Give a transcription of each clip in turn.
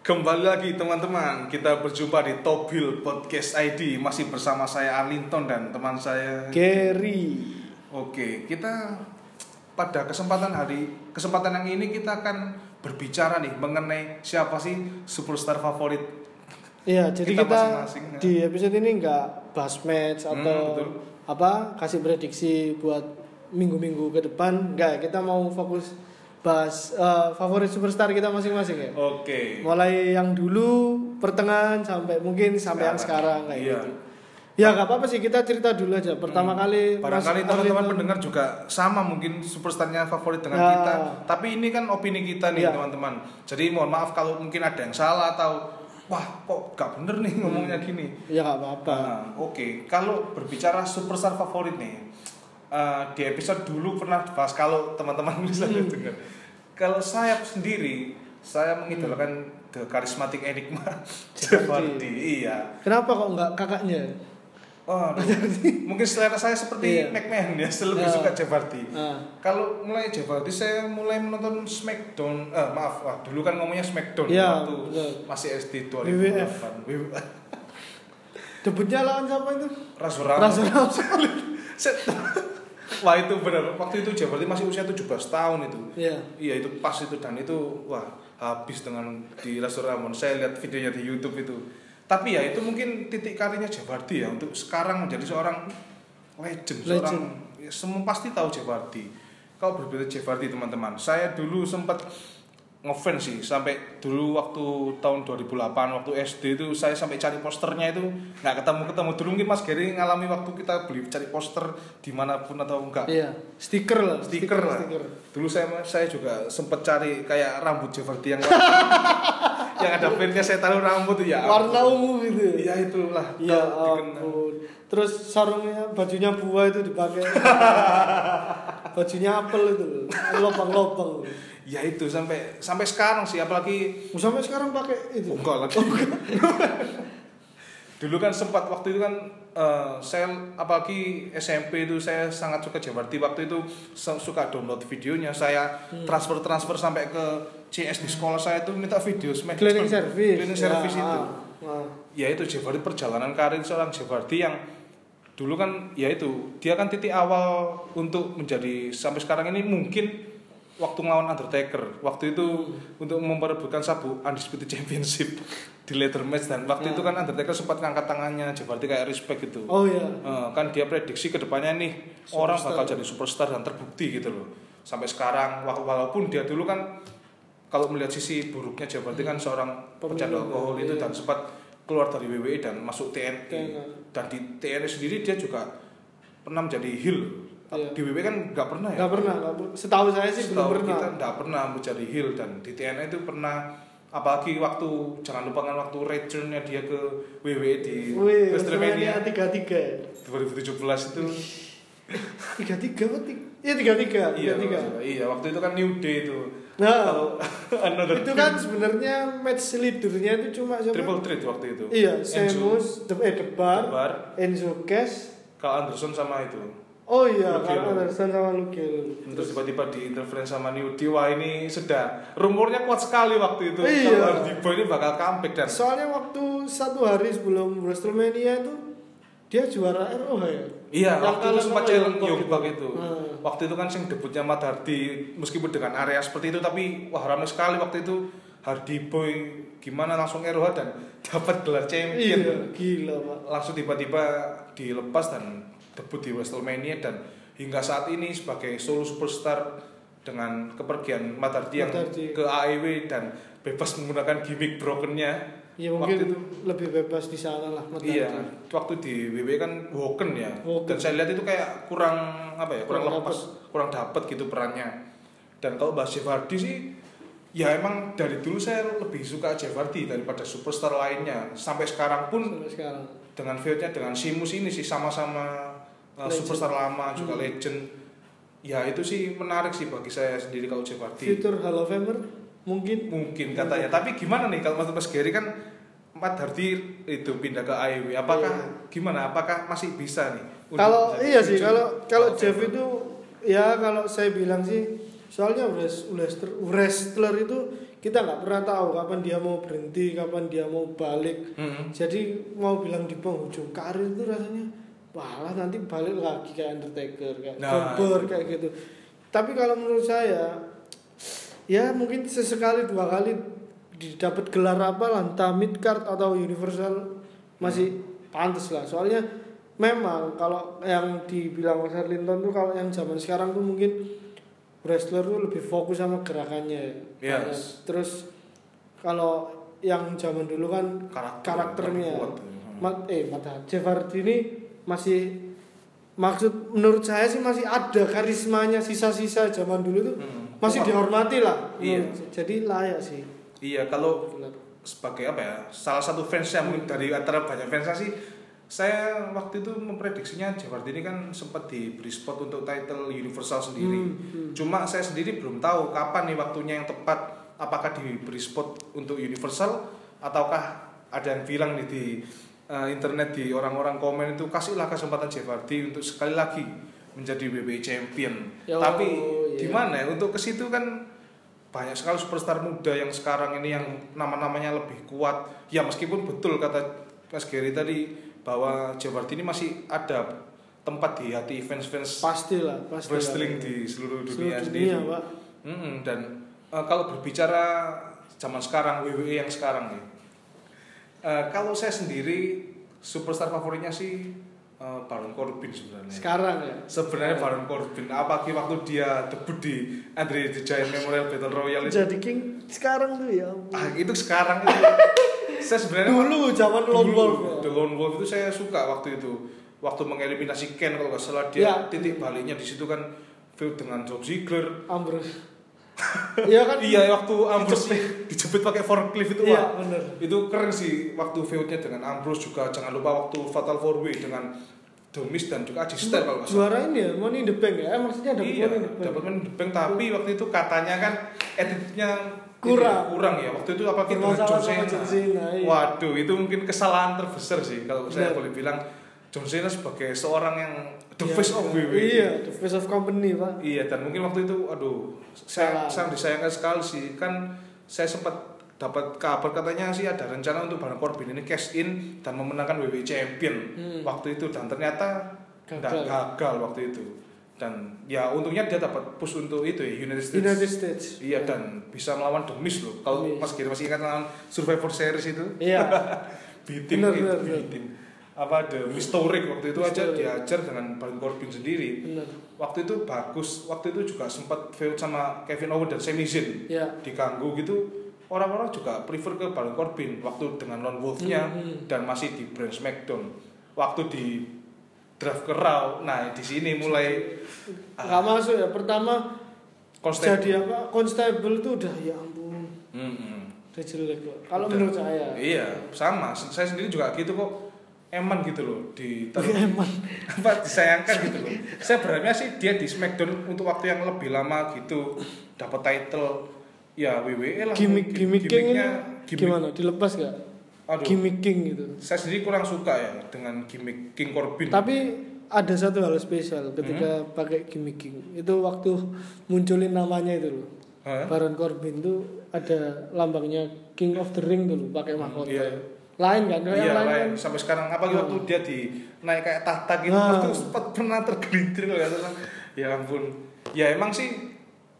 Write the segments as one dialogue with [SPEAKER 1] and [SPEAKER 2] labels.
[SPEAKER 1] Kembali lagi teman-teman, kita berjumpa di Tobil Podcast ID masih bersama saya Arlinton dan teman saya.
[SPEAKER 2] Gary.
[SPEAKER 1] Oke, kita pada kesempatan hari kesempatan yang ini kita akan berbicara nih mengenai siapa sih superstar favorit.
[SPEAKER 2] Iya, jadi
[SPEAKER 1] Kita
[SPEAKER 2] kita,
[SPEAKER 1] masing-masing, ya.
[SPEAKER 2] di episode ini nggak bahas match
[SPEAKER 1] Hmm,
[SPEAKER 2] atau
[SPEAKER 1] betul.
[SPEAKER 2] apa kasih prediksi buat minggu-minggu ke depan. Nggak, kita mau fokus bahas eh, favorit superstar kita masing-masing ya.
[SPEAKER 1] Oke.
[SPEAKER 2] Mulai yang dulu, pertengahan sampai mungkin sampai yang sekarang
[SPEAKER 1] Sekarang.
[SPEAKER 2] kayak
[SPEAKER 1] Iya. Hmm.
[SPEAKER 2] gitu. Ya nggak apa-apa sih kita cerita dulu aja. Pertama kali Mas
[SPEAKER 1] Barangkali
[SPEAKER 2] Arlinton-
[SPEAKER 1] teman-teman pendengar juga sama mungkin superstarnya favorit dengan
[SPEAKER 2] Nah.
[SPEAKER 1] kita. Tapi ini kan opini kita nih
[SPEAKER 2] Iya.
[SPEAKER 1] teman-teman. Jadi mohon maaf kalau mungkin ada yang salah atau wah kok gak bener nih ngomongnya gini.
[SPEAKER 2] Ya nggak apa-apa.
[SPEAKER 1] Nah, Oke, kalau berbicara superstar favorit nih, eh, di episode dulu pernah dibahas kalau teman-teman bisa
[SPEAKER 2] Hmm.
[SPEAKER 1] dengar. Kalau saya sendiri, saya mengidolakan the charismatic enigma Javardi. Iya.
[SPEAKER 2] Kenapa kok nggak kakaknya?
[SPEAKER 1] Oh, mungkin selera saya seperti
[SPEAKER 2] Iya.
[SPEAKER 1] McMahon ya, saya lebih
[SPEAKER 2] Nah.
[SPEAKER 1] suka Javardi.
[SPEAKER 2] Nah,
[SPEAKER 1] Kalau mulai Javardi, saya mulai menonton Smackdown. Eh, maaf, wah, dulu kan ngomongnya Smackdown
[SPEAKER 2] Iya,
[SPEAKER 1] waktu
[SPEAKER 2] betul.
[SPEAKER 1] masih SD
[SPEAKER 2] WWF.
[SPEAKER 1] 2008. WWF.
[SPEAKER 2] debutnya lawan siapa itu?
[SPEAKER 1] Rasurama.
[SPEAKER 2] Rasa
[SPEAKER 1] Set. wah itu benar waktu itu Jabarti masih usia 17 tahun itu
[SPEAKER 2] Iya.
[SPEAKER 1] iya itu pas itu dan itu wah habis dengan di Rasur Ramon saya lihat videonya di YouTube itu tapi ya itu mungkin titik karinya Jabarti ya untuk sekarang menjadi seorang legend, seorang ya, semua pasti tahu Jabarti kalau berbeda Jabarti teman-teman saya dulu sempat ngefans sih sampai dulu waktu tahun 2008 waktu SD itu saya sampai cari posternya itu nggak ketemu ketemu dulu mungkin Mas Gary ngalami waktu kita beli cari poster dimanapun atau enggak
[SPEAKER 2] Iya, stiker lah,
[SPEAKER 1] stiker lah.
[SPEAKER 2] stiker.
[SPEAKER 1] Dulu saya saya juga sempet cari kayak rambut Javarti yang yang ada pinnya saya taruh rambut ya. ampun.
[SPEAKER 2] Warna ungu gitu.
[SPEAKER 1] Iya itulah.
[SPEAKER 2] Iya,
[SPEAKER 1] Tahu, dikenal.
[SPEAKER 2] ampun. Terus sarungnya, bajunya buah itu dipakai. bajunya apel itu, lobang-lobang.
[SPEAKER 1] Ya itu sampai sampai sekarang sih apalagi
[SPEAKER 2] Oh, Sampai sekarang pakai itu.
[SPEAKER 1] Oh, enggak lagi. Dulu kan sempat waktu itu kan eh, saya apalagi SMP itu saya sangat suka Javarti waktu itu se- suka download videonya saya
[SPEAKER 2] Hmm.
[SPEAKER 1] transfer transfer sampai ke CS di sekolah saya itu minta video smack
[SPEAKER 2] Cleaning service.
[SPEAKER 1] cleaning
[SPEAKER 2] Ya,
[SPEAKER 1] service itu
[SPEAKER 2] ah, ah.
[SPEAKER 1] ya itu Jeopardy perjalanan karir seorang Jeopardy yang dulu kan ya itu dia kan titik awal untuk menjadi sampai sekarang ini mungkin waktu ngelawan Undertaker waktu itu untuk memperebutkan sabuk Undisputed Championship di leather match dan waktu
[SPEAKER 2] Ya.
[SPEAKER 1] itu kan Undertaker sempat ngangkat tangannya Jeopardy kayak respect gitu
[SPEAKER 2] Oh iya.
[SPEAKER 1] Eh, kan dia prediksi kedepannya nih orang
[SPEAKER 2] Superstar.
[SPEAKER 1] bakal jadi superstar dan terbukti gitu loh sampai sekarang wa- walaupun dia dulu kan kalau melihat sisi buruknya Jabarti kan seorang
[SPEAKER 2] Peminum,
[SPEAKER 1] pecandu alkohol itu
[SPEAKER 2] iya.
[SPEAKER 1] dan sempat keluar dari WWE dan masuk TNI
[SPEAKER 2] TNI.
[SPEAKER 1] dan di TNI sendiri dia juga pernah menjadi heel
[SPEAKER 2] Iya.
[SPEAKER 1] di WWE kan nggak pernah ya
[SPEAKER 2] Gak pernah, gak pernah. Setahu saya sih
[SPEAKER 1] Setahu
[SPEAKER 2] belum pernah.
[SPEAKER 1] kita nggak pernah menjadi heel dan di TNA itu pernah apalagi waktu jangan lupakan waktu returnnya dia ke WWE di
[SPEAKER 2] Wih,
[SPEAKER 1] WrestleMania
[SPEAKER 2] WrestleMania tiga tiga.
[SPEAKER 1] 2017 itu
[SPEAKER 2] Tiga tiga apa tiga? Iya tiga tiga.
[SPEAKER 1] iya,
[SPEAKER 2] Tiga tiga.
[SPEAKER 1] iya waktu itu kan New Day itu
[SPEAKER 2] Nah,
[SPEAKER 1] kalau another
[SPEAKER 2] itu kan sebenarnya match leadernya itu cuma siapa?
[SPEAKER 1] triple threat waktu itu
[SPEAKER 2] Iya,
[SPEAKER 1] Enzo
[SPEAKER 2] Semus, The, eh, The Bar,
[SPEAKER 1] Bar
[SPEAKER 2] Enzo Cash.
[SPEAKER 1] Carl Anderson sama itu
[SPEAKER 2] Oh iya,
[SPEAKER 1] Luke
[SPEAKER 2] Carl
[SPEAKER 1] Hill.
[SPEAKER 2] Anderson sama Luke Hill.
[SPEAKER 1] terus tiba-tiba di interference sama New Day wah ini sudah rumornya kuat sekali waktu itu
[SPEAKER 2] Iya.
[SPEAKER 1] kalau Hardibo ini bakal comeback dan
[SPEAKER 2] Soalnya waktu satu hari sebelum WrestleMania itu dia juara ROH ya.
[SPEAKER 1] Iya,
[SPEAKER 2] Yang
[SPEAKER 1] waktu itu
[SPEAKER 2] kalah
[SPEAKER 1] sempat
[SPEAKER 2] sama
[SPEAKER 1] challenge
[SPEAKER 2] Young Buck
[SPEAKER 1] Yogbak itu.
[SPEAKER 2] Hmm.
[SPEAKER 1] Waktu itu kan sing debutnya Matt Hardy meskipun dengan area seperti itu tapi wah ramai sekali waktu itu Hardy Boy gimana langsung ROH dan dapat gelar champion.
[SPEAKER 2] Iya, gila pak.
[SPEAKER 1] langsung tiba-tiba dilepas dan debut di WrestleMania dan hingga saat ini sebagai solo superstar dengan kepergian Matt Hardy yang
[SPEAKER 2] Matt Hardy.
[SPEAKER 1] ke AEW dan bebas menggunakan gimmick brokennya
[SPEAKER 2] Ya mungkin
[SPEAKER 1] Waktu itu-
[SPEAKER 2] lebih bebas di sana lah. Matt
[SPEAKER 1] iya
[SPEAKER 2] Hardy.
[SPEAKER 1] waktu di WWE kan Woken ya
[SPEAKER 2] Woken.
[SPEAKER 1] dan saya lihat itu kayak kurang apa ya kurang,
[SPEAKER 2] Kurang
[SPEAKER 1] lepas kurang dapat gitu perannya dan kalau bahas Jeff Hardy sih ya emang dari dulu saya lebih suka Jeff Hardy daripada superstar lainnya sampai sekarang pun
[SPEAKER 2] Sampai sekarang.
[SPEAKER 1] dengan feudnya dengan Simus ini sih sama-sama uh,
[SPEAKER 2] Legend.
[SPEAKER 1] superstar lama juga
[SPEAKER 2] Hmm.
[SPEAKER 1] legend ya itu sih menarik sih bagi saya sendiri kalau Jeopardy
[SPEAKER 2] Future Hall of Famer mungkin
[SPEAKER 1] mungkin katanya tapi gimana nih kalau Mas Gary kan Matt Hardy itu pindah ke AEW apakah gimana apakah masih bisa nih untuk
[SPEAKER 2] Iya. kalau
[SPEAKER 1] jadi
[SPEAKER 2] iya sih
[SPEAKER 1] future
[SPEAKER 2] kalau kalau
[SPEAKER 1] Hall of
[SPEAKER 2] Jeff
[SPEAKER 1] Famer?
[SPEAKER 2] itu ya kalau saya bilang sih soalnya wres- wrestler wrestler itu kita nggak pernah tahu kapan dia mau berhenti kapan dia mau balik
[SPEAKER 1] Mm-mm.
[SPEAKER 2] jadi mau bilang di penghujung karir itu rasanya malah nanti balik lagi kayak Undertaker kayak
[SPEAKER 1] Nah,
[SPEAKER 2] Goldberg
[SPEAKER 1] itu.
[SPEAKER 2] kayak gitu tapi kalau menurut saya ya mungkin sesekali dua kali didapat gelar apa lanta midcard atau universal
[SPEAKER 1] Hmm.
[SPEAKER 2] masih pantas lah soalnya memang kalau yang dibilang Mas Linton tuh kalau yang zaman sekarang tuh mungkin wrestler tuh lebih fokus sama gerakannya ya.
[SPEAKER 1] Yes.
[SPEAKER 2] terus kalau yang zaman dulu kan
[SPEAKER 1] Karakter-
[SPEAKER 2] karakternya
[SPEAKER 1] kuat.
[SPEAKER 2] Mat, eh mata Jeff Hardy ini masih maksud menurut saya sih masih ada karismanya sisa-sisa zaman dulu tuh
[SPEAKER 1] Mm.
[SPEAKER 2] masih
[SPEAKER 1] Kuat.
[SPEAKER 2] dihormati lah
[SPEAKER 1] Iya.
[SPEAKER 2] menurut saya. jadi layak sih
[SPEAKER 1] Iya, kalau
[SPEAKER 2] Benar.
[SPEAKER 1] sebagai apa ya salah satu fans yang mungkin dari antara banyak fans saya sih saya waktu itu memprediksinya Jawa Barat ini kan sempat diberi spot untuk title Universal sendiri
[SPEAKER 2] Hmm, hmm.
[SPEAKER 1] cuma saya sendiri belum tahu kapan nih waktunya yang tepat apakah diberi spot untuk Universal ataukah ada yang bilang nih di eh, internet di orang-orang komen itu kasihlah kesempatan Jawa Barat untuk sekali lagi menjadi WWE Champion
[SPEAKER 2] Yo,
[SPEAKER 1] tapi
[SPEAKER 2] iya.
[SPEAKER 1] gimana ya untuk ke situ kan banyak sekali superstar muda yang sekarang ini yang nama-namanya lebih kuat ya meskipun betul kata Mas Gary tadi bahwa Jawa Barat ini masih ada tempat di hati fans-fans
[SPEAKER 2] pastilah pasti
[SPEAKER 1] wrestling di seluruh dunia,
[SPEAKER 2] dunia,
[SPEAKER 1] sendiri
[SPEAKER 2] Pak.
[SPEAKER 1] Mm-mm, dan eh, kalau berbicara zaman sekarang WWE yang sekarang nih eh, kalau saya sendiri superstar favoritnya sih eh, Baron Corbin sebenarnya
[SPEAKER 2] sekarang ya
[SPEAKER 1] sebenarnya Baron Corbin apalagi waktu dia debut di Andre the Giant Memorial Battle Royale itu
[SPEAKER 2] jadi king sekarang tuh ya ampun.
[SPEAKER 1] ah, itu sekarang itu saya sebenarnya
[SPEAKER 2] dulu zaman
[SPEAKER 1] dulu,
[SPEAKER 2] lone wolf ya.
[SPEAKER 1] The Lone Wolf itu saya suka waktu itu waktu mengeliminasi Ken kalau nggak salah dia
[SPEAKER 2] Ya.
[SPEAKER 1] titik baliknya di situ kan feud dengan John Ziggler
[SPEAKER 2] Ambrose iya kan
[SPEAKER 1] iya gitu, waktu Ambrose dijepit pakai forklift itu
[SPEAKER 2] iya
[SPEAKER 1] wah
[SPEAKER 2] bener
[SPEAKER 1] itu keren sih waktu feudnya dengan Ambrose juga jangan lupa waktu Fatal Four Way dengan Domis dan juga Aji Styles kalau nggak salah
[SPEAKER 2] juara ini ya money in the bank ya eh, maksudnya dapat
[SPEAKER 1] iya,
[SPEAKER 2] money in the bank
[SPEAKER 1] dapat main debeng tapi waktu itu katanya kan attitude-nya
[SPEAKER 2] Kurang.
[SPEAKER 1] ini, kurang ya. Waktu itu apa kita dengan John
[SPEAKER 2] bermasalah sama
[SPEAKER 1] Cena.
[SPEAKER 2] John Cena iya.
[SPEAKER 1] Waduh, itu mungkin kesalahan terbesar sih kalau saya
[SPEAKER 2] Benar.
[SPEAKER 1] boleh bilang John Cena sebagai seorang yang the
[SPEAKER 2] Iya,
[SPEAKER 1] face of
[SPEAKER 2] iya.
[SPEAKER 1] WWE.
[SPEAKER 2] iya the face of company pak
[SPEAKER 1] Iya, dan mungkin waktu itu aduh, saya
[SPEAKER 2] Salah.
[SPEAKER 1] sangat disayangkan sekali sih. Kan saya sempat dapat kabar katanya sih ada rencana untuk Baron Corbin ini cash in dan memenangkan WWE Champion
[SPEAKER 2] Hmm.
[SPEAKER 1] waktu itu dan ternyata
[SPEAKER 2] Gagal.
[SPEAKER 1] nggak- gagal waktu itu. Dan ya untungnya dia dapat push untuk itu ya United States.
[SPEAKER 2] United States
[SPEAKER 1] Iya dan bisa melawan Demis loh. Kalau
[SPEAKER 2] Demis.
[SPEAKER 1] Mas Giri masih ingat lawan Survivor Series itu,
[SPEAKER 2] iya
[SPEAKER 1] beating
[SPEAKER 2] Benar,
[SPEAKER 1] itu
[SPEAKER 2] benar, benar.
[SPEAKER 1] beating. Apa The Historic waktu itu aja
[SPEAKER 2] Historic.
[SPEAKER 1] diajar dengan Baron Corbin sendiri
[SPEAKER 2] bener
[SPEAKER 1] waktu itu bagus waktu itu juga sempat feud sama Kevin Owens dan Sami Zayn
[SPEAKER 2] iya
[SPEAKER 1] diganggu gitu orang-orang juga prefer ke Baron Corbin waktu dengan non wolfnya
[SPEAKER 2] Mhm.
[SPEAKER 1] dan masih di brand Smackdown waktu di draft ke Raw nah di sini mulai Ah.
[SPEAKER 2] nggak masuk ya pertama
[SPEAKER 1] konstan
[SPEAKER 2] jadi ya? apa constable tuh udah ya ampun
[SPEAKER 1] Hmm,
[SPEAKER 2] udah jelek pak kalau
[SPEAKER 1] Udah.
[SPEAKER 2] menurut saya
[SPEAKER 1] iya sama saya sendiri juga gitu kok eman gitu loh di
[SPEAKER 2] emang
[SPEAKER 1] apa disayangkan gitu loh. Saya berharapnya sih dia di Smackdown untuk waktu yang lebih lama gitu dapat title ya WWE lah.
[SPEAKER 2] gimmick
[SPEAKER 1] mungkin.
[SPEAKER 2] gimmick king ini
[SPEAKER 1] Gimmicknya- gimmick-
[SPEAKER 2] gimana dilepas gak
[SPEAKER 1] Aduh,
[SPEAKER 2] gimmick king gitu
[SPEAKER 1] saya sendiri kurang suka ya dengan gimmick Hmm? King Corbin.
[SPEAKER 2] tapi ada satu hal spesial ketika pakai gimmick king itu waktu munculin namanya itu loh
[SPEAKER 1] Hah?
[SPEAKER 2] Baron Corbin tuh ada lambangnya King of the Ring dulu pakai
[SPEAKER 1] Hmm,
[SPEAKER 2] mahkota.
[SPEAKER 1] iya.
[SPEAKER 2] Lain kan? Kalau
[SPEAKER 1] iya,
[SPEAKER 2] yang lain,
[SPEAKER 1] lain.
[SPEAKER 2] kan?
[SPEAKER 1] sampai sekarang apalagi
[SPEAKER 2] Hmm.
[SPEAKER 1] waktu dia di naik kayak tahta gitu
[SPEAKER 2] Nah.
[SPEAKER 1] waktu itu sempat pernah tergelincir loh ya salah. Ya ampun. Ya emang sih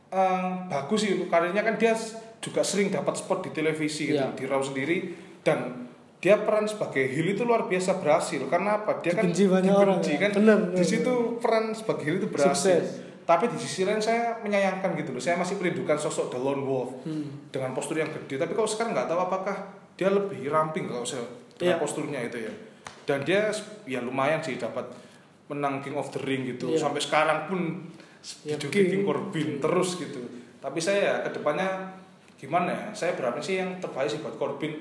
[SPEAKER 1] eh, bagus sih untuk karirnya kan dia s- juga sering dapat spot di televisi gitu,
[SPEAKER 2] Iya.
[SPEAKER 1] di Raw sendiri dan dia peran sebagai heel itu luar biasa berhasil karena apa dia
[SPEAKER 2] Dibenci
[SPEAKER 1] kan
[SPEAKER 2] banyak orang, ya.
[SPEAKER 1] kan
[SPEAKER 2] Bener, bener,
[SPEAKER 1] di situ peran sebagai heel itu berhasil
[SPEAKER 2] Sukses.
[SPEAKER 1] tapi di sisi lain saya menyayangkan gitu loh saya masih merindukan sosok The Lone Wolf
[SPEAKER 2] Hmm.
[SPEAKER 1] dengan postur yang gede tapi kalau sekarang nggak tahu apakah dia lebih ramping kalau saya dengan
[SPEAKER 2] Iya.
[SPEAKER 1] posturnya itu ya dan dia s- ya lumayan sih dapat menang King of the Ring gitu
[SPEAKER 2] Iya.
[SPEAKER 1] sampai sekarang pun s-
[SPEAKER 2] Ya,
[SPEAKER 1] dijoki King
[SPEAKER 2] King.
[SPEAKER 1] Corbin terus gitu tapi saya ya, kedepannya gimana ya saya berharap sih yang terbaik sih buat Corbin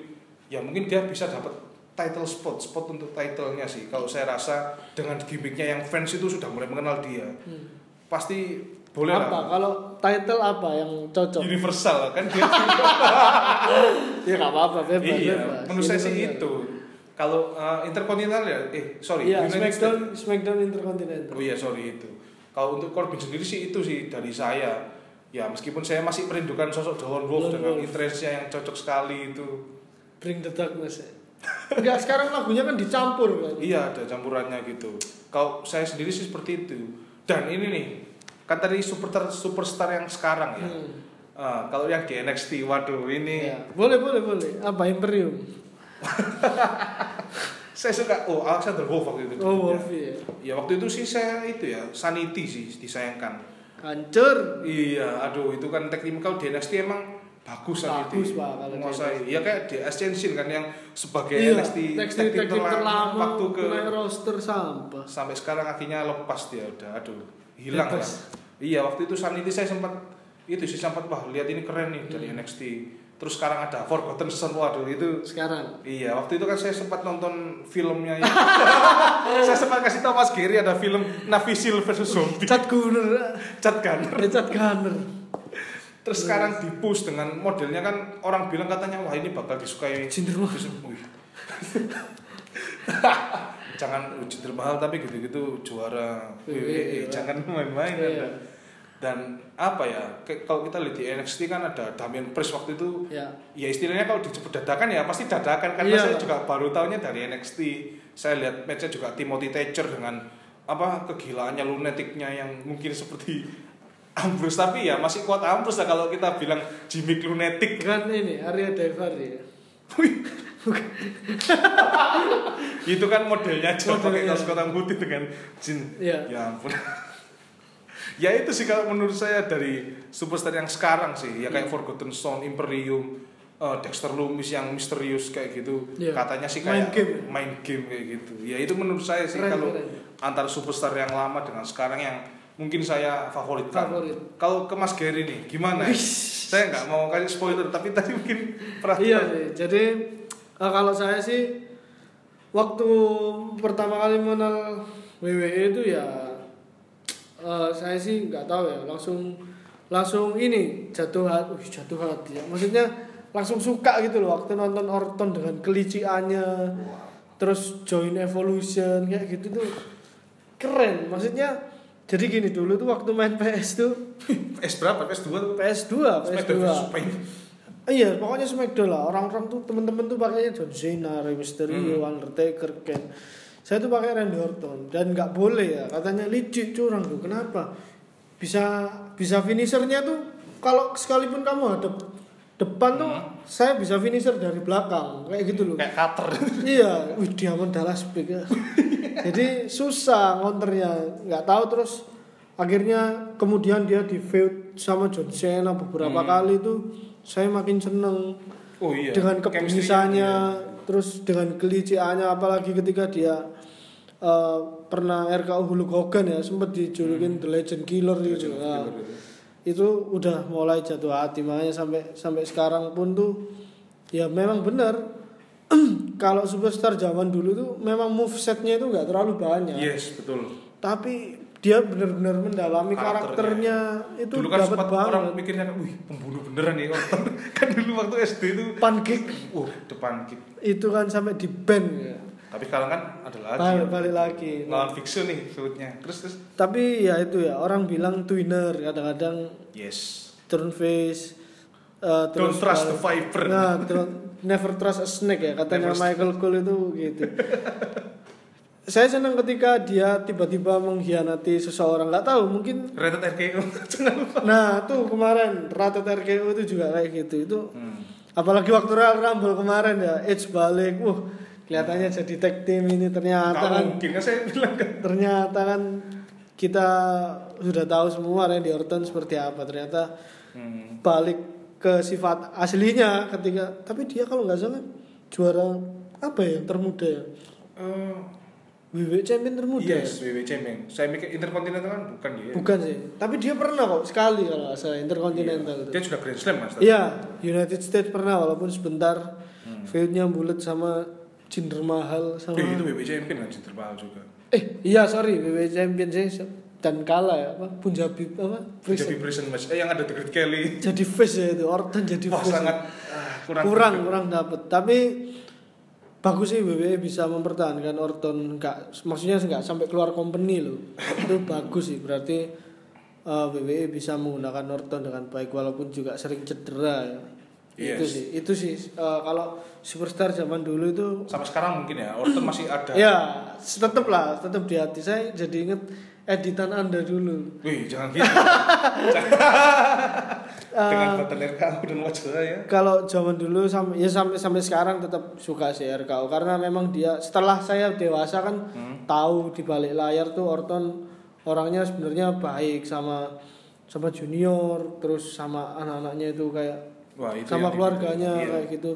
[SPEAKER 1] ya mungkin dia bisa dapat title spot spot untuk titlenya sih kalau saya rasa dengan gimmicknya yang fans itu sudah mulai mengenal dia
[SPEAKER 2] Hmm.
[SPEAKER 1] pasti boleh
[SPEAKER 2] apa?
[SPEAKER 1] lah
[SPEAKER 2] Kalau title apa yang cocok?
[SPEAKER 1] universal lah, kan dia
[SPEAKER 2] Ya nggak apa-apa, bebas,
[SPEAKER 1] iya,
[SPEAKER 2] bebas.
[SPEAKER 1] menurut saya sih
[SPEAKER 2] Universal.
[SPEAKER 1] itu. Kalau uh, Intercontinental ya, eh sorry,
[SPEAKER 2] Iya,
[SPEAKER 1] United
[SPEAKER 2] Smackdown,
[SPEAKER 1] States. iya,
[SPEAKER 2] Smackdown Intercontinental.
[SPEAKER 1] Oh iya sorry itu. Kalau untuk Corbin sendiri sih itu sih dari saya. ya meskipun saya masih merindukan sosok John Wolf
[SPEAKER 2] John
[SPEAKER 1] dengan
[SPEAKER 2] Wolf.
[SPEAKER 1] interestnya yang cocok sekali itu
[SPEAKER 2] Bring the darkness. ya. Enggak sekarang lagunya kan dicampur kan.
[SPEAKER 1] iya ada campurannya gitu kalau saya sendiri sih seperti itu dan ini nih kan tadi superstar superstar yang sekarang ya
[SPEAKER 2] Hmm.
[SPEAKER 1] Eh, kalau yang di NXT waduh ini
[SPEAKER 2] Ya, boleh boleh boleh. Apa Imperium?
[SPEAKER 1] saya suka oh Alexander Wolf waktu itu
[SPEAKER 2] Oh,
[SPEAKER 1] ya.
[SPEAKER 2] Wolfie. ya.
[SPEAKER 1] ya waktu itu sih saya itu ya sanity sih disayangkan
[SPEAKER 2] Hancur.
[SPEAKER 1] Iya, aduh itu kan teknik kau di NXT emang bagus kan itu.
[SPEAKER 2] Bagus, Pak, kalau di
[SPEAKER 1] Menguasai. Ya kayak di Ascension kan yang sebagai
[SPEAKER 2] Iya,
[SPEAKER 1] NXT
[SPEAKER 2] tag team-
[SPEAKER 1] tag team
[SPEAKER 2] tag team terlama
[SPEAKER 1] waktu ke
[SPEAKER 2] naik roster sampah.
[SPEAKER 1] sampai sekarang akhirnya lepas dia udah aduh hilang lah.
[SPEAKER 2] Lepas.
[SPEAKER 1] Iya, waktu itu Sanity saya sempat itu sih sempat wah lihat ini keren nih
[SPEAKER 2] Hmm.
[SPEAKER 1] dari NXT. Terus sekarang ada Forgotten Son, waduh itu
[SPEAKER 2] Sekarang
[SPEAKER 1] Iya, waktu itu kan saya sempat nonton filmnya ya. saya sempat kasih tau Mas Giri ada film Navisil versus Zombie.
[SPEAKER 2] Cat Gunner,
[SPEAKER 1] Cat kan?
[SPEAKER 2] eh, Cat Gunner.
[SPEAKER 1] Terus sekarang di push dengan modelnya kan orang bilang katanya wah ini bakal disukai
[SPEAKER 2] Jinder Mahal.
[SPEAKER 1] Dis- Wih. jangan jinder mahal tapi gitu-gitu juara
[SPEAKER 2] Wih,
[SPEAKER 1] WWE jangan main-main
[SPEAKER 2] Iya.
[SPEAKER 1] Anda. dan apa ya ke- kalau kita lihat di NXT kan ada Damian Priest waktu itu
[SPEAKER 2] Ya.
[SPEAKER 1] ya istilahnya kalau disebut dadakan ya pasti dadakan karena
[SPEAKER 2] Iya.
[SPEAKER 1] saya juga baru tahunya dari NXT saya lihat matchnya juga Timothy Thatcher dengan apa kegilaannya lunatiknya yang mungkin seperti Ambrus tapi ya masih kuat Ambrus lah kalau kita bilang Jimmy lunatik
[SPEAKER 2] Kan ini Arya Daivari ya.
[SPEAKER 1] itu kan modelnya aja pakai
[SPEAKER 2] Modelnya.
[SPEAKER 1] kaos kotak putih dengan jin
[SPEAKER 2] Iya.
[SPEAKER 1] ya ampun ya itu sih kalau menurut saya dari superstar yang sekarang sih ya
[SPEAKER 2] Hmm.
[SPEAKER 1] kayak Forgotten Son, Imperium, eh, Dexter Lumis yang misterius kayak gitu
[SPEAKER 2] Iya.
[SPEAKER 1] katanya sih kayak
[SPEAKER 2] Main game.
[SPEAKER 1] main game kayak gitu ya itu menurut saya sih
[SPEAKER 2] Keren,
[SPEAKER 1] kalau
[SPEAKER 2] keren.
[SPEAKER 1] antara superstar yang lama dengan sekarang yang mungkin saya favoritkan
[SPEAKER 2] Favorit.
[SPEAKER 1] kalau ke Mas Gary nih gimana ya?
[SPEAKER 2] Wih.
[SPEAKER 1] saya nggak mau kasih spoiler tapi tadi mungkin
[SPEAKER 2] Iya
[SPEAKER 1] perhatian
[SPEAKER 2] sih. Jadi eh, kalau saya sih waktu pertama kali mengenal WWE itu ya eh, saya sih nggak tahu ya langsung langsung ini jatuh hati, Wih, jatuh hati ya. Maksudnya langsung suka gitu loh waktu nonton Orton dengan keliciannya.
[SPEAKER 1] Wah.
[SPEAKER 2] terus join evolution kayak gitu tuh keren maksudnya jadi gini dulu tuh waktu main PS tuh
[SPEAKER 1] PS berapa PS 2
[SPEAKER 2] PS2 PS2 iya pokoknya Smackdown lah orang-orang tuh temen-temen tuh pakainya John Cena, Rey Mysterio, Undertaker, Ken saya tuh pakai Randy Orton dan nggak boleh ya katanya licik curang tuh kenapa bisa bisa finishernya tuh kalau sekalipun kamu hadap depan tuh saya bisa finisher dari belakang kayak gitu loh
[SPEAKER 1] kayak cutter
[SPEAKER 2] iya, wih diamond Dallas Big ya. Jadi susah ngonternya, nggak tahu terus akhirnya kemudian dia di feud sama John Cena
[SPEAKER 1] Hmm.
[SPEAKER 2] beberapa kali itu saya makin seneng
[SPEAKER 1] oh iya
[SPEAKER 2] dengan
[SPEAKER 1] Chemistry-nya, iya.
[SPEAKER 2] kebisanya, terus dengan keliciannya apalagi ketika dia eh, pernah RKU Hulk Hogan ya sempat dijulukin The Legend Killer
[SPEAKER 1] iya.
[SPEAKER 2] gitu. Nah, itu udah mulai jatuh hati makanya sampai sampai sekarang pun tuh ya memang benar kalau superstar zaman dulu tuh memang move setnya itu nggak terlalu banyak
[SPEAKER 1] yes betul
[SPEAKER 2] tapi dia benar-benar mendalami
[SPEAKER 1] Karakternya.
[SPEAKER 2] karakternya, itu
[SPEAKER 1] dulu kan
[SPEAKER 2] dapat
[SPEAKER 1] sempat
[SPEAKER 2] banget
[SPEAKER 1] orang mikirnya kan wih pembunuh beneran ya Orton kan dulu waktu SD itu
[SPEAKER 2] pancake
[SPEAKER 1] uh depan kick
[SPEAKER 2] itu kan sampai di band
[SPEAKER 1] tapi sekarang kan ada lagi
[SPEAKER 2] balik, balik lagi
[SPEAKER 1] lawan fiction nih sebutnya terus terus
[SPEAKER 2] tapi ya itu ya orang bilang twinner kadang-kadang
[SPEAKER 1] yes
[SPEAKER 2] turn face eh,
[SPEAKER 1] don't
[SPEAKER 2] terus
[SPEAKER 1] trust
[SPEAKER 2] balik-
[SPEAKER 1] the viper
[SPEAKER 2] Nah, tro- never trust a snake ya
[SPEAKER 1] Never
[SPEAKER 2] katanya
[SPEAKER 1] trust-
[SPEAKER 2] Michael Cole itu gitu. Saya senang ketika dia tiba-tiba mengkhianati seseorang nggak tahu mungkin.
[SPEAKER 1] rated RKO jangan lupa
[SPEAKER 2] Nah tuh kemarin Rata RKO itu juga kayak gitu itu.
[SPEAKER 1] hmm.
[SPEAKER 2] Apalagi waktu Royal Rumble kemarin ya Edge balik, wah kelihatannya jadi tag team ini ternyata
[SPEAKER 1] Nggak
[SPEAKER 2] kan
[SPEAKER 1] mungkin kan saya bilang kan
[SPEAKER 2] ternyata kan kita sudah tahu semua Randy Orton seperti apa ternyata
[SPEAKER 1] hmm.
[SPEAKER 2] balik ke sifat aslinya ketika tapi dia kalau nggak salah juara apa ya yang termuda ya
[SPEAKER 1] Eh,
[SPEAKER 2] WWE champion termuda ya?
[SPEAKER 1] yes WWE Champion saya mikir Intercontinental kan bukan ya
[SPEAKER 2] bukan sih tapi dia pernah kok sekali kalau nggak salah intercontinental
[SPEAKER 1] Iya.
[SPEAKER 2] itu
[SPEAKER 1] dia sudah Grand Slam mas
[SPEAKER 2] iya United States pernah walaupun sebentar feudnya bulat sama Jinder Mahal sama
[SPEAKER 1] Eh, Hmm. itu WWE Champion kan Jinder Mahal juga
[SPEAKER 2] eh iya sorry WWE champion sih dan kalah ya apa Punjabi apa
[SPEAKER 1] Prison. Jadi prison
[SPEAKER 2] Prison.
[SPEAKER 1] match. Eh yang ada The Great Kelly.
[SPEAKER 2] jadi face ya itu Orton jadi
[SPEAKER 1] Wah
[SPEAKER 2] face
[SPEAKER 1] sangat ah, kurang.
[SPEAKER 2] kurang kurang dapat tapi bagus sih WWE bisa mempertahankan Orton nggak maksudnya nggak sampai keluar company loh itu bagus sih berarti eh, eh, WWE bisa menggunakan Norton dengan baik walaupun juga sering cedera ya. Itu
[SPEAKER 1] Yes.
[SPEAKER 2] sih, itu sih eh, kalau superstar zaman dulu itu
[SPEAKER 1] Sampai sekarang mungkin ya, Orton masih ada.
[SPEAKER 2] ya tetap lah, tetap di hati saya jadi inget editan Anda dulu.
[SPEAKER 1] Wih, jangan gitu.
[SPEAKER 2] Eh.
[SPEAKER 1] Dengan battle kamu dan wajah saya.
[SPEAKER 2] Kalau zaman dulu sampai ya sampai sampai sekarang tetap suka sih RKO karena memang dia setelah saya dewasa kan
[SPEAKER 1] Hmm.
[SPEAKER 2] tahu di balik layar tuh Orton orangnya sebenarnya baik sama sama junior terus sama anak-anaknya itu kayak
[SPEAKER 1] Wah, Nah, itu
[SPEAKER 2] sama
[SPEAKER 1] yang
[SPEAKER 2] keluarganya
[SPEAKER 1] dibikin. Iya.
[SPEAKER 2] kayak gitu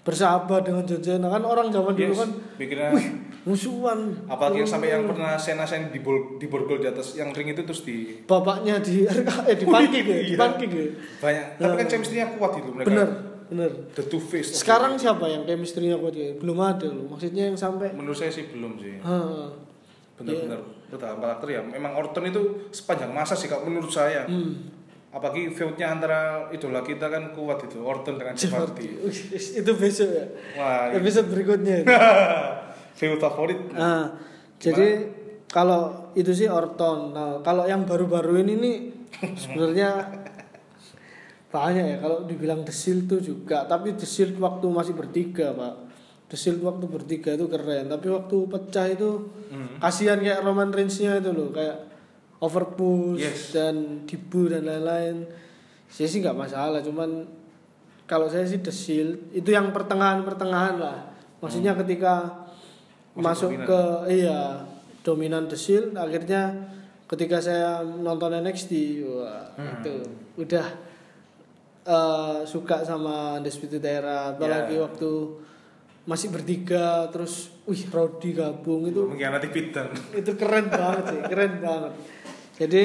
[SPEAKER 2] bersahabat dengan John Cena kan orang zaman dulu
[SPEAKER 1] Yes,
[SPEAKER 2] kan
[SPEAKER 1] bikinnya-
[SPEAKER 2] musuhan
[SPEAKER 1] apalagi yang
[SPEAKER 2] Oh.
[SPEAKER 1] sampai yang pernah Sena Sen dibol, diborgol di atas yang ring itu terus di
[SPEAKER 2] bapaknya di RKO eh, di parking ya di
[SPEAKER 1] Iya.
[SPEAKER 2] parking ya
[SPEAKER 1] banyak. Tapi kan chemistry-nya kuat itu mereka.
[SPEAKER 2] bener bener
[SPEAKER 1] The two face.
[SPEAKER 2] sekarang siapa yang chemistry-nya kuat ya? belum ada loh maksudnya yang sampai
[SPEAKER 1] menurut saya sih belum sih.
[SPEAKER 2] Hah.
[SPEAKER 1] Bener-bener
[SPEAKER 2] Iya.
[SPEAKER 1] bertambah karakter ya. Memang Orton itu sepanjang masa sih kalau menurut saya.
[SPEAKER 2] Hmm.
[SPEAKER 1] Apalagi feudnya antara idola kita kan kuat itu Orton dengan Jeparty.
[SPEAKER 2] itu besok ya.
[SPEAKER 1] Wah, itu-
[SPEAKER 2] Episode berikutnya. itu.
[SPEAKER 1] feud favorit.
[SPEAKER 2] Ah, jadi kalau itu sih Orton. Nah, kalau yang baru-baru ini nih sebenarnya banyak ya kalau dibilang The Shield tuh juga, tapi The Shield waktu masih bertiga, Pak. The Shield waktu bertiga itu keren, tapi waktu pecah itu
[SPEAKER 1] Hmm.
[SPEAKER 2] kasihan kayak Roman Reigns-nya itu loh, kayak overpush
[SPEAKER 1] Yes.
[SPEAKER 2] dan dibu dan lain-lain. Saya sih nggak masalah, cuman kalau saya sih The Shield itu yang pertengahan-pertengahan lah. Maksudnya ketika
[SPEAKER 1] Hmm. Masuk dominan.
[SPEAKER 2] masuk ke iya dominan The Shield akhirnya ketika saya nonton NXT wah
[SPEAKER 1] Hmm.
[SPEAKER 2] itu udah eh, suka sama Undisputed Era apalagi
[SPEAKER 1] Ya.
[SPEAKER 2] waktu masih bertiga terus wih Rodi gabung itu
[SPEAKER 1] mengkhianati Pete Dunne.
[SPEAKER 2] itu keren banget sih keren banget jadi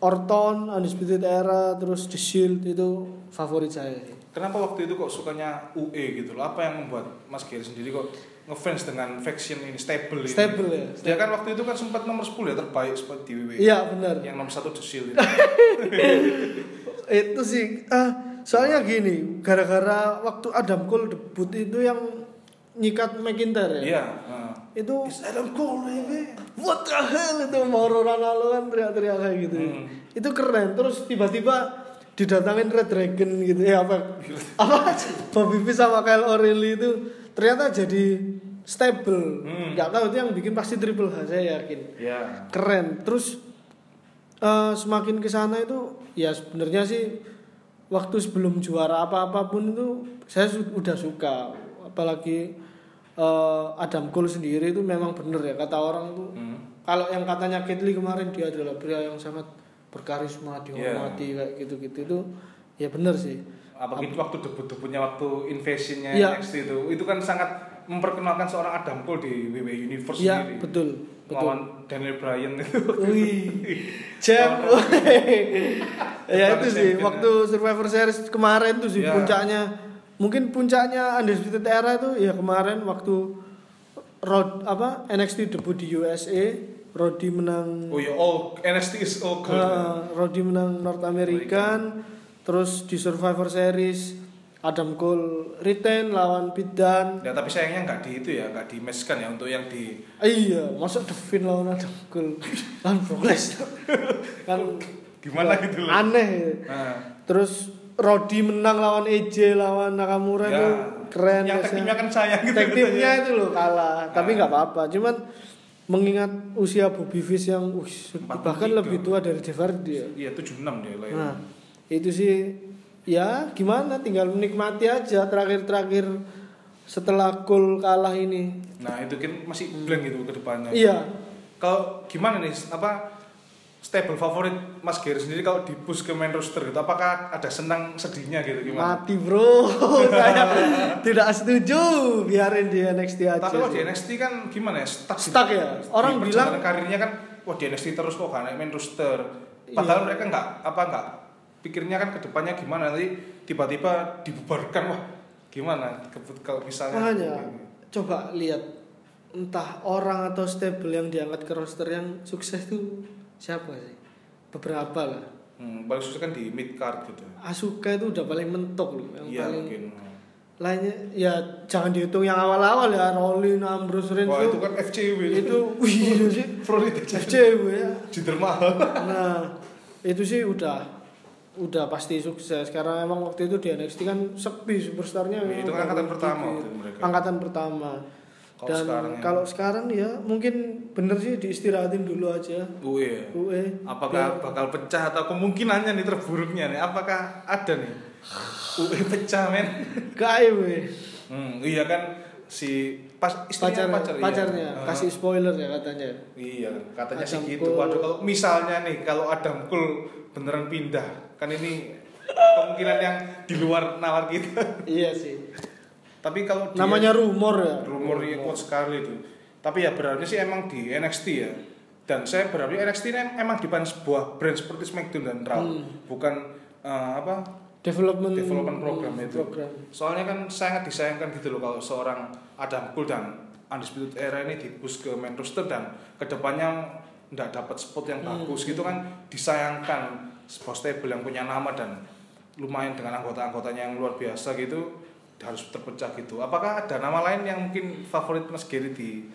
[SPEAKER 2] Orton Undisputed Era terus The Shield itu favorit saya sih
[SPEAKER 1] Kenapa waktu itu kok sukanya UE gitu loh? Apa yang membuat Mas Gary sendiri kok ngefans dengan faction ini stable ini?
[SPEAKER 2] stable ya
[SPEAKER 1] Dia kan waktu itu kan sempat nomor 10 ya terbaik sempat di WWE.
[SPEAKER 2] iya benar
[SPEAKER 1] Yang nomor satu The Shield itu.
[SPEAKER 2] itu sih ah, soalnya gini gara-gara waktu Adam Cole debut itu yang nyikat McIntyre ya
[SPEAKER 1] Iya. nah.
[SPEAKER 2] itu
[SPEAKER 1] It's Adam Cole baby.
[SPEAKER 2] what the hell itu Mauro Ranallo kan teriak-teriak kayak gitu
[SPEAKER 1] Hmm.
[SPEAKER 2] itu keren terus tiba-tiba didatangin Red Dragon gitu ya apa apa Bobby Fish sama Kyle O'Reilly itu ternyata jadi stable
[SPEAKER 1] Hmm.
[SPEAKER 2] nggak tahu itu yang bikin pasti Triple H saya yakin
[SPEAKER 1] Iya.
[SPEAKER 2] keren terus eh, semakin ke sana itu ya sebenarnya sih waktu sebelum juara apa apapun itu saya su- udah suka apalagi eh, Adam Cole sendiri itu memang bener ya kata orang tuh
[SPEAKER 1] Hmm.
[SPEAKER 2] kalau yang katanya Kitli kemarin dia adalah pria yang sangat
[SPEAKER 1] Iya.
[SPEAKER 2] berkarisma dihormati kayak gitu-gitu itu ya bener sih
[SPEAKER 1] Apalagi waktu debut-debutnya waktu invasionnya
[SPEAKER 2] Iya.
[SPEAKER 1] NXT itu. Itu kan sangat memperkenalkan seorang Adam Cole di WWE Universe
[SPEAKER 2] Iya
[SPEAKER 1] sendiri.
[SPEAKER 2] betul betul
[SPEAKER 1] Lawan Daniel Bryan itu.
[SPEAKER 2] Wih, jam. ya itu sih waktu Survivor Series kemarin tuh sih
[SPEAKER 1] Ya.
[SPEAKER 2] puncaknya. Mungkin puncaknya Undisputed Era tuh ya kemarin waktu Rod apa NXT debut di USA, Roddy menang
[SPEAKER 1] Oh ya, all NXT is all gold.
[SPEAKER 2] eh, Roddy menang North American, terus di Survivor Series Adam Cole retain lawan Pete Dunne.
[SPEAKER 1] Ya, tapi sayangnya nggak di itu ya, nggak di match kan ya untuk yang di
[SPEAKER 2] Iya, masa Devin lawan Adam Cole lawan Brock Lesnar. kan
[SPEAKER 1] gimana gitu loh.
[SPEAKER 2] aneh.
[SPEAKER 1] Nah,
[SPEAKER 2] Terus Rodi menang lawan EJ lawan Nakamura
[SPEAKER 1] Ya.
[SPEAKER 2] tuh keren
[SPEAKER 1] yang
[SPEAKER 2] biasanya.
[SPEAKER 1] tekniknya kan saya gitu.
[SPEAKER 2] Tag teamnya itu loh kalah, tapi
[SPEAKER 1] Nah.
[SPEAKER 2] nggak apa-apa. Cuman mengingat usia Bobby Fish yang uh, bahkan
[SPEAKER 1] 43.
[SPEAKER 2] lebih tua dari Jeopardy ya.
[SPEAKER 1] Iya, 76 dia lah. ya.
[SPEAKER 2] Nah, itu sih ya gimana tinggal menikmati aja terakhir-terakhir setelah Cole kalah ini.
[SPEAKER 1] Nah, itu kan masih blank gitu ke depannya.
[SPEAKER 2] Hmm. Iya,
[SPEAKER 1] Kalau gimana nih apa stable favorit Mas Gary sendiri kalau di push ke main roster gitu apakah ada senang sedihnya gitu gimana?
[SPEAKER 2] mati bro. Saya tidak setuju biarin di NXT aja.
[SPEAKER 1] Tapi kalau
[SPEAKER 2] sih.
[SPEAKER 1] di NXT kan gimana ya? Stuck, gitu.
[SPEAKER 2] Stuck ya? Orang
[SPEAKER 1] di
[SPEAKER 2] bilang-
[SPEAKER 1] perjalanan karirnya kan wah di NXT terus kok gak naik main roster.
[SPEAKER 2] Iya.
[SPEAKER 1] Padahal mereka nggak apa nggak pikirnya kan kedepannya gimana nanti tiba-tiba dibubarkan wah gimana Ke- kalau misalnya gitu."
[SPEAKER 2] Makanya coba lihat entah orang atau stable yang diangkat ke roster yang sukses tuh siapa sih? Beberapa lah.
[SPEAKER 1] hmm, paling susah kan di mid card gitu
[SPEAKER 2] Asuka itu udah paling mentok loh, yang
[SPEAKER 1] iya
[SPEAKER 2] paling
[SPEAKER 1] mungkin
[SPEAKER 2] lainnya ya jangan dihitung yang awal-awal ya Rollin, Ambrose, Reigns
[SPEAKER 1] wah itu
[SPEAKER 2] tuh,
[SPEAKER 1] kan FCW
[SPEAKER 2] itu wih itu sih
[SPEAKER 1] Florida
[SPEAKER 2] FCW ya.
[SPEAKER 1] Jinder mahal
[SPEAKER 2] Nah itu sih udah udah pasti sukses karena emang waktu itu di NXT kan sepi superstarnya
[SPEAKER 1] Iya, itu kan
[SPEAKER 2] memang
[SPEAKER 1] angkatan
[SPEAKER 2] baru
[SPEAKER 1] pertama
[SPEAKER 2] dikit.
[SPEAKER 1] waktu itu mereka.
[SPEAKER 2] angkatan pertama
[SPEAKER 1] Kalau
[SPEAKER 2] dan
[SPEAKER 1] sekarang ya.
[SPEAKER 2] kalau sekarang ya mungkin bener sih diistirahatin dulu aja
[SPEAKER 1] Oh iya.
[SPEAKER 2] UE
[SPEAKER 1] Apakah
[SPEAKER 2] Biar-
[SPEAKER 1] bakal pecah atau kemungkinannya nih terburuknya nih? Apakah ada nih? UE pecah men.
[SPEAKER 2] gaib weh.
[SPEAKER 1] Hmm, iya kan si pas
[SPEAKER 2] pacar
[SPEAKER 1] istrinya pacar, iya.
[SPEAKER 2] pacarnya
[SPEAKER 1] Heeh.
[SPEAKER 2] kasih spoiler ya katanya
[SPEAKER 1] Iya, katanya sih
[SPEAKER 2] Adam
[SPEAKER 1] gitu.
[SPEAKER 2] Cole.
[SPEAKER 1] Waduh, kalau misalnya nih kalau Adam Cole beneran pindah, kan ini kemungkinan yang di luar nalar kita.
[SPEAKER 2] iya sih
[SPEAKER 1] Tapi kalau dia-
[SPEAKER 2] namanya rumor ya
[SPEAKER 1] rumornya kuat sekali itu. Tapi ya berarti sih emang di NXT ya. Dan saya berharap NXT ini emang di sebuah brand seperti SmackDown dan Raw,
[SPEAKER 2] Hmm.
[SPEAKER 1] bukan eh, apa
[SPEAKER 2] development
[SPEAKER 1] development program itu.
[SPEAKER 2] program.
[SPEAKER 1] Soalnya kan sangat disayangkan gitu loh kalau seorang Adam Cole dan Undisputed Era ini dipus ke main roster dan kedepannya nggak dapat spot yang
[SPEAKER 2] Hmm.
[SPEAKER 1] bagus gitu kan disayangkan sebuah stable yang punya nama dan lumayan dengan anggota-anggotanya yang luar biasa gitu harus terpecah gitu. Apakah ada nama lain yang mungkin favorit Mas Gary di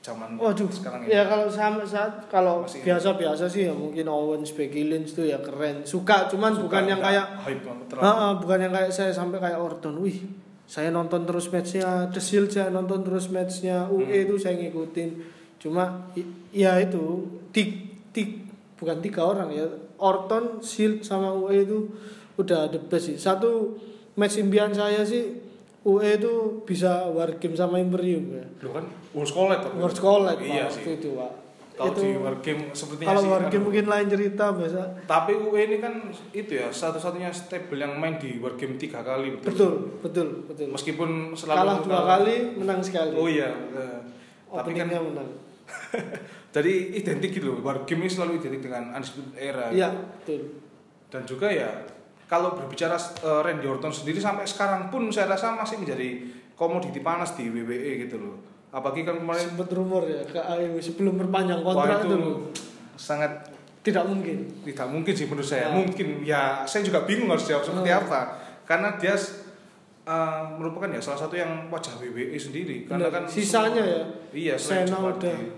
[SPEAKER 1] zaman
[SPEAKER 2] Waduh,
[SPEAKER 1] sekarang ini?
[SPEAKER 2] ya kalau sama saat kalau
[SPEAKER 1] Masih-
[SPEAKER 2] biasa-biasa sih ya mungkin Owens, Becky Lynch tuh ya keren. Suka,
[SPEAKER 1] Suka
[SPEAKER 2] cuman kan, bukan yang
[SPEAKER 1] nggak
[SPEAKER 2] kayak
[SPEAKER 1] hype banget terlalu.
[SPEAKER 2] Ah, ah, bukan yang kayak saya sampai kayak Orton. Wih, saya nonton terus matchnya The Shield, saya nonton terus matchnya
[SPEAKER 1] Hmm.
[SPEAKER 2] UE itu saya ngikutin. Cuma i- ya itu tik tik bukan tiga orang ya. Orton, Shield sama UE itu udah the best sih. Satu match impian saya sih UE itu bisa war game sama Imperium ya.
[SPEAKER 1] Loh kan World Collect. tapi.
[SPEAKER 2] World Collect
[SPEAKER 1] Iya
[SPEAKER 2] Pak, waktu
[SPEAKER 1] sih.
[SPEAKER 2] itu Pak.
[SPEAKER 1] Kalau
[SPEAKER 2] itu
[SPEAKER 1] di War Game sepertinya
[SPEAKER 2] kalau
[SPEAKER 1] sih,
[SPEAKER 2] war
[SPEAKER 1] kan.
[SPEAKER 2] game mungkin lain cerita biasa.
[SPEAKER 1] Tapi UE ini kan itu ya satu-satunya stable yang main di World Game tiga kali
[SPEAKER 2] Betul, betul, betul.
[SPEAKER 1] Meskipun selalu
[SPEAKER 2] Kalah dua kali, ya. menang sekali.
[SPEAKER 1] Oh iya. eh, tapi kan
[SPEAKER 2] Openingnya menang.
[SPEAKER 1] jadi identik gitu loh. World Game ini selalu identik dengan Undisputed Era.
[SPEAKER 2] Iya, betul.
[SPEAKER 1] Dan juga ya kalau berbicara eh, Randy Orton sendiri sampai sekarang pun saya rasa masih menjadi komoditi panas di WWE gitu loh. Apalagi kan kemarin
[SPEAKER 2] Sempat rumor ya ke AEW sebelum berpanjang
[SPEAKER 1] wah,
[SPEAKER 2] kontrak itu loh.
[SPEAKER 1] sangat
[SPEAKER 2] tidak mungkin.
[SPEAKER 1] tidak mungkin sih menurut saya
[SPEAKER 2] Ya.
[SPEAKER 1] mungkin ya saya juga bingung harus jawab seperti
[SPEAKER 2] Hmm.
[SPEAKER 1] apa karena dia eh, merupakan ya salah satu yang wajah WWE sendiri karena kan
[SPEAKER 2] Benar. Sisanya ya,
[SPEAKER 1] semua- iya selain
[SPEAKER 2] Sena
[SPEAKER 1] Jeff
[SPEAKER 2] udah
[SPEAKER 1] Hardy.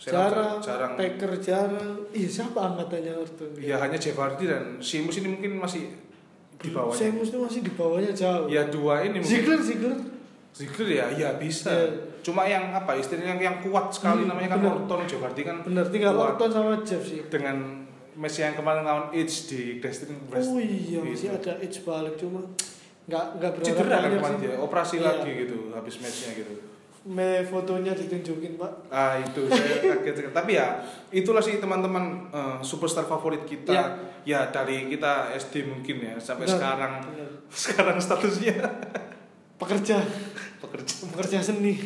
[SPEAKER 1] Sena
[SPEAKER 2] jarang,
[SPEAKER 1] udah jarang
[SPEAKER 2] Taker jarang. Ih, siapa angkatannya Orton?
[SPEAKER 1] ya hanya Jeff Hardy dan Sheamus ini mungkin masih di
[SPEAKER 2] Saya
[SPEAKER 1] bawahnya
[SPEAKER 2] mesti masih di bawahnya jauh.
[SPEAKER 1] ya dua ini mungkin
[SPEAKER 2] Ziggler, Ziggler.
[SPEAKER 1] Ziggler ya iya bisa
[SPEAKER 2] Ya.
[SPEAKER 1] cuma yang apa istrinya yang kuat sekali
[SPEAKER 2] Hmm,
[SPEAKER 1] namanya kan
[SPEAKER 2] benar.
[SPEAKER 1] Orton Jeff Hardy kan
[SPEAKER 2] Bener, tinggal
[SPEAKER 1] kuat
[SPEAKER 2] Orton sama Jeff sih.
[SPEAKER 1] dengan Messi yang kemarin lawan Edge di Destiny
[SPEAKER 2] Oh iya,
[SPEAKER 1] Itu.
[SPEAKER 2] masih ada edge balik cuma nggak nggak berharap
[SPEAKER 1] gitu. cedera kan
[SPEAKER 2] banyak
[SPEAKER 1] kemarin
[SPEAKER 2] sih.
[SPEAKER 1] dia operasi
[SPEAKER 2] Iya.
[SPEAKER 1] lagi gitu habis matchnya gitu
[SPEAKER 2] Me fotonya ditunjukin pak.
[SPEAKER 1] ah itu saya kaget sekali. tapi ya itulah sih teman-teman eh, superstar favorit kita ya
[SPEAKER 2] Iya.
[SPEAKER 1] dari kita SD mungkin ya sampai
[SPEAKER 2] Benar.
[SPEAKER 1] sekarang
[SPEAKER 2] Bener.
[SPEAKER 1] sekarang statusnya
[SPEAKER 2] Pekerja,
[SPEAKER 1] pekerja
[SPEAKER 2] pekerja seni.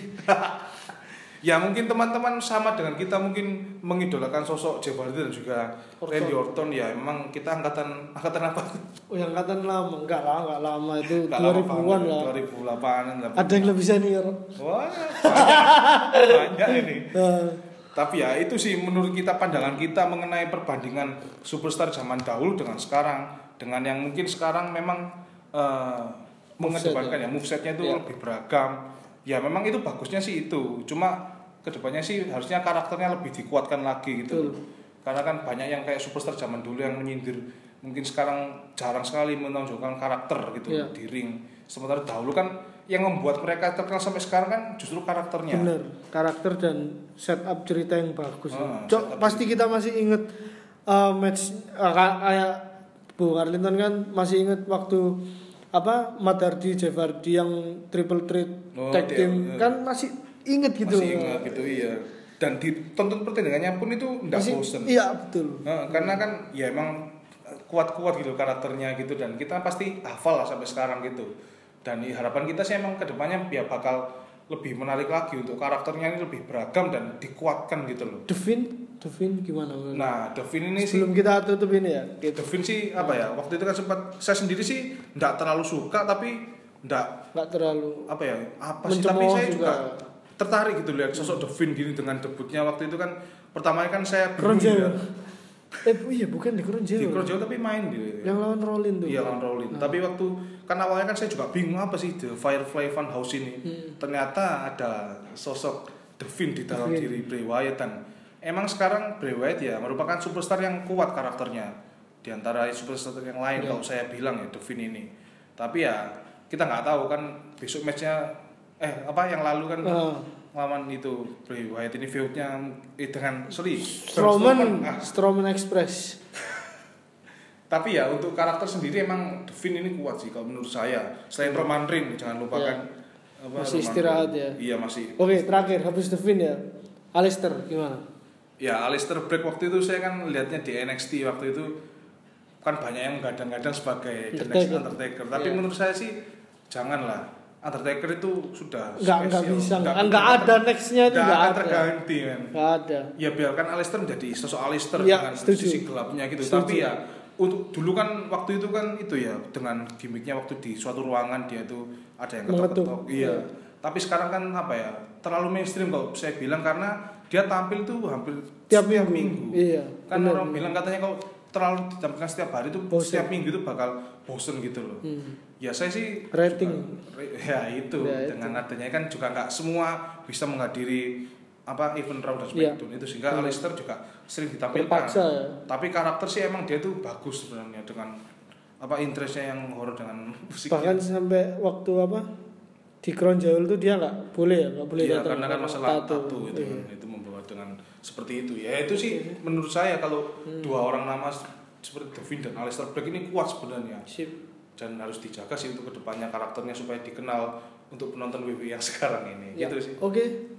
[SPEAKER 1] ya mungkin teman-teman sama dengan kita mungkin mengidolakan sosok Jeff Hardy dan juga
[SPEAKER 2] Orton.
[SPEAKER 1] Randy Orton ya emang kita angkatan angkatan apa
[SPEAKER 2] Oh yang angkatan lama, enggak lah, enggak lama itu
[SPEAKER 1] Nggak lama
[SPEAKER 2] 2000-an
[SPEAKER 1] banget,
[SPEAKER 2] lah.
[SPEAKER 1] 2008-an lah
[SPEAKER 2] Ada yang lebih senior.
[SPEAKER 1] wah banyak, banyak ini
[SPEAKER 2] Eh,
[SPEAKER 1] Tapi ya itu sih menurut kita pandangan kita mengenai perbandingan superstar zaman dahulu dengan sekarang dengan yang mungkin sekarang memang eh,
[SPEAKER 2] Moveset
[SPEAKER 1] mengedepankan ya movesetnya itu
[SPEAKER 2] Ya.
[SPEAKER 1] lebih beragam. Ya memang itu bagusnya sih itu. Cuma kedepannya sih harusnya karakternya lebih dikuatkan lagi gitu.
[SPEAKER 2] Betul.
[SPEAKER 1] Karena kan banyak yang kayak superstar zaman dulu yang menyindir mungkin sekarang jarang sekali menonjolkan karakter gitu
[SPEAKER 2] Ya.
[SPEAKER 1] di ring. Sementara dahulu kan yang membuat mereka terkenal sampai sekarang kan justru karakternya.
[SPEAKER 2] bener, karakter dan setup cerita yang bagus.
[SPEAKER 1] Ah,
[SPEAKER 2] Cok,
[SPEAKER 1] setup
[SPEAKER 2] pasti kita masih inget eh, match eh, ka- kayak Bu Arlington kan masih inget waktu apa Matt Hardy, Jeff Hardy yang triple threat
[SPEAKER 1] Oh,
[SPEAKER 2] tag
[SPEAKER 1] iya,
[SPEAKER 2] team
[SPEAKER 1] iya.
[SPEAKER 2] kan masih inget gitu.
[SPEAKER 1] masih ingat gitu iya dan ditonton pertandingannya pun itu enggak
[SPEAKER 2] Masih-
[SPEAKER 1] bosen
[SPEAKER 2] Iya, betul.
[SPEAKER 1] Heeh, karena kan ya emang kuat-kuat gitu karakternya gitu dan kita pasti hafal lah sampai sekarang gitu dan i- harapan kita sih emang kedepannya ya bakal lebih menarik lagi untuk karakternya ini lebih beragam dan dikuatkan gitu loh
[SPEAKER 2] Devin, Devin gimana?
[SPEAKER 1] nah Devin ini sih
[SPEAKER 2] Sebelum kita tutup ini ya. Gitu.
[SPEAKER 1] Devin sih apa ya waktu itu kan sempat saya sendiri sih enggak terlalu suka tapi enggak
[SPEAKER 2] Enggak terlalu
[SPEAKER 1] apa ya apa sih tapi
[SPEAKER 2] Mencemooh
[SPEAKER 1] saya juga,
[SPEAKER 2] juga.
[SPEAKER 1] tertarik gitu lihat sosok Devin gini dengan debutnya waktu itu kan pertamanya kan saya
[SPEAKER 2] Crown
[SPEAKER 1] bingung
[SPEAKER 2] Jewel.
[SPEAKER 1] ya.
[SPEAKER 2] Eh bu- iya bukan di Crown
[SPEAKER 1] di
[SPEAKER 2] Jewel.
[SPEAKER 1] Crown Jewel tapi main di
[SPEAKER 2] Yang lawan Rolin tuh.
[SPEAKER 1] Iya lawan Rowling.
[SPEAKER 2] Nah.
[SPEAKER 1] Tapi waktu kan awalnya kan saya juga bingung apa sih The Firefly Funhouse ini.
[SPEAKER 2] Hmm.
[SPEAKER 1] Ternyata ada sosok Devin di dalam
[SPEAKER 2] Devin.
[SPEAKER 1] diri Bray Wyatt dan emang sekarang Bray Wyatt ya merupakan superstar yang kuat karakternya. di antara superstar yang lain
[SPEAKER 2] Iya.
[SPEAKER 1] kalau saya bilang ya Devin ini. Tapi ya kita nggak tahu kan besok matchnya eh apa yang lalu kan
[SPEAKER 2] Ah,
[SPEAKER 1] lawan itu Bray Wyatt ini feudnya eh, dengan sorry
[SPEAKER 2] Strowman,
[SPEAKER 1] Ah,
[SPEAKER 2] Strowman Express.
[SPEAKER 1] tapi ya untuk karakter sendiri emang Devin ini kuat sih kalau menurut saya selain Roman Reigns jangan lupakan apa,
[SPEAKER 2] Iya. Masih
[SPEAKER 1] Roman
[SPEAKER 2] istirahat
[SPEAKER 1] Reigns.
[SPEAKER 2] ya.
[SPEAKER 1] iya masih
[SPEAKER 2] Oke, terakhir habis Devin ya. Alistair gimana?
[SPEAKER 1] Ya Alistair Black waktu itu saya kan lihatnya di NXT waktu itu kan banyak yang gadang-gadang sebagai The next
[SPEAKER 2] Undertaker.
[SPEAKER 1] Undertaker. Tapi
[SPEAKER 2] Iya.
[SPEAKER 1] menurut saya sih janganlah Undertaker itu sudah
[SPEAKER 2] Enggak enggak bisa, enggak, enggak ada nextnya itu enggak
[SPEAKER 1] akan
[SPEAKER 2] ada.
[SPEAKER 1] terganti men.
[SPEAKER 2] Enggak ada.
[SPEAKER 1] Ya biarkan Alistair menjadi sosok Alistair
[SPEAKER 2] Iya,
[SPEAKER 1] dengan
[SPEAKER 2] setuju.
[SPEAKER 1] sisi gelapnya gitu.
[SPEAKER 2] Setuju.
[SPEAKER 1] Tapi ya untuk dulu kan waktu itu kan itu ya dengan gimmicknya waktu di suatu ruangan dia itu ada yang
[SPEAKER 2] Mengetuk.
[SPEAKER 1] ketok-ketok. Iya.
[SPEAKER 2] Iya.
[SPEAKER 1] Tapi sekarang kan apa ya terlalu mainstream kalau saya bilang karena dia tampil tuh hampir
[SPEAKER 2] Tiap
[SPEAKER 1] setiap
[SPEAKER 2] minggu. Iya.
[SPEAKER 1] kan
[SPEAKER 2] bener.
[SPEAKER 1] orang bilang katanya kalau terlalu ditampilkan setiap hari itu
[SPEAKER 2] Bosen.
[SPEAKER 1] setiap minggu itu bakal bosen gitu loh
[SPEAKER 2] Hmm.
[SPEAKER 1] ya saya sih
[SPEAKER 2] Rating.
[SPEAKER 1] juga- re- ya itu
[SPEAKER 2] Ya,
[SPEAKER 1] dengan adanya kan juga nggak semua bisa menghadiri apa event Raw dan
[SPEAKER 2] Iya.
[SPEAKER 1] SmackDown itu sehingga
[SPEAKER 2] Bener.
[SPEAKER 1] Alistair juga sering ditampilkan
[SPEAKER 2] Terpaksa ya.
[SPEAKER 1] tapi karakter sih emang dia tuh bagus sebenarnya dengan apa interestnya yang horor dengan musiknya
[SPEAKER 2] Bahkan sampai waktu apa? Di Crown Jewel tuh dia enggak boleh ya, enggak boleh
[SPEAKER 1] Iya,
[SPEAKER 2] tato.
[SPEAKER 1] karena kan masalah tato, itu
[SPEAKER 2] Iya.
[SPEAKER 1] kan, itu membawa dengan seperti itu ya itu sih menurut saya kalau
[SPEAKER 2] Hmm.
[SPEAKER 1] dua orang nama s- seperti Devin dan Alistair Black ini kuat sebenarnya
[SPEAKER 2] Sip.
[SPEAKER 1] dan harus dijaga sih untuk kedepannya karakternya supaya dikenal untuk penonton WWE yang sekarang ini
[SPEAKER 2] Ya,
[SPEAKER 1] gitu sih
[SPEAKER 2] Oke.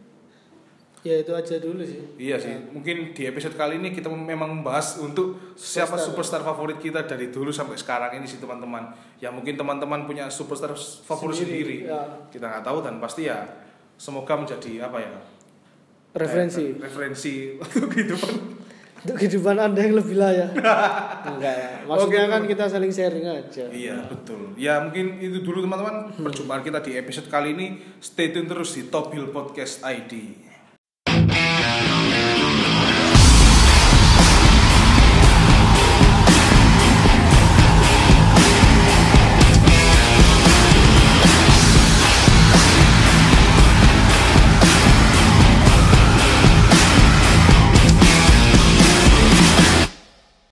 [SPEAKER 2] Ya itu aja dulu sih. Nah,
[SPEAKER 1] iya sih mungkin di episode kali ini kita memang membahas untuk siapa superstar
[SPEAKER 2] Superstar.
[SPEAKER 1] favorit kita dari dulu sampai sekarang ini sih teman-teman ya mungkin teman-teman punya superstar s- favorit sendiri, Nah,
[SPEAKER 2] Ya,
[SPEAKER 1] kita nggak tahu dan pasti ya semoga menjadi apa ya
[SPEAKER 2] referensi
[SPEAKER 1] Kayak referensi untuk kehidupan
[SPEAKER 2] untuk kehidupan Anda yang lebih layak. Enggak ya. Maksudnya
[SPEAKER 1] Oke,
[SPEAKER 2] kan
[SPEAKER 1] teman.
[SPEAKER 2] kita saling sharing aja.
[SPEAKER 1] iya betul ya mungkin itu dulu teman-teman perjumpaan kita di episode kali ini stay tune terus di Top Hill Podcast ID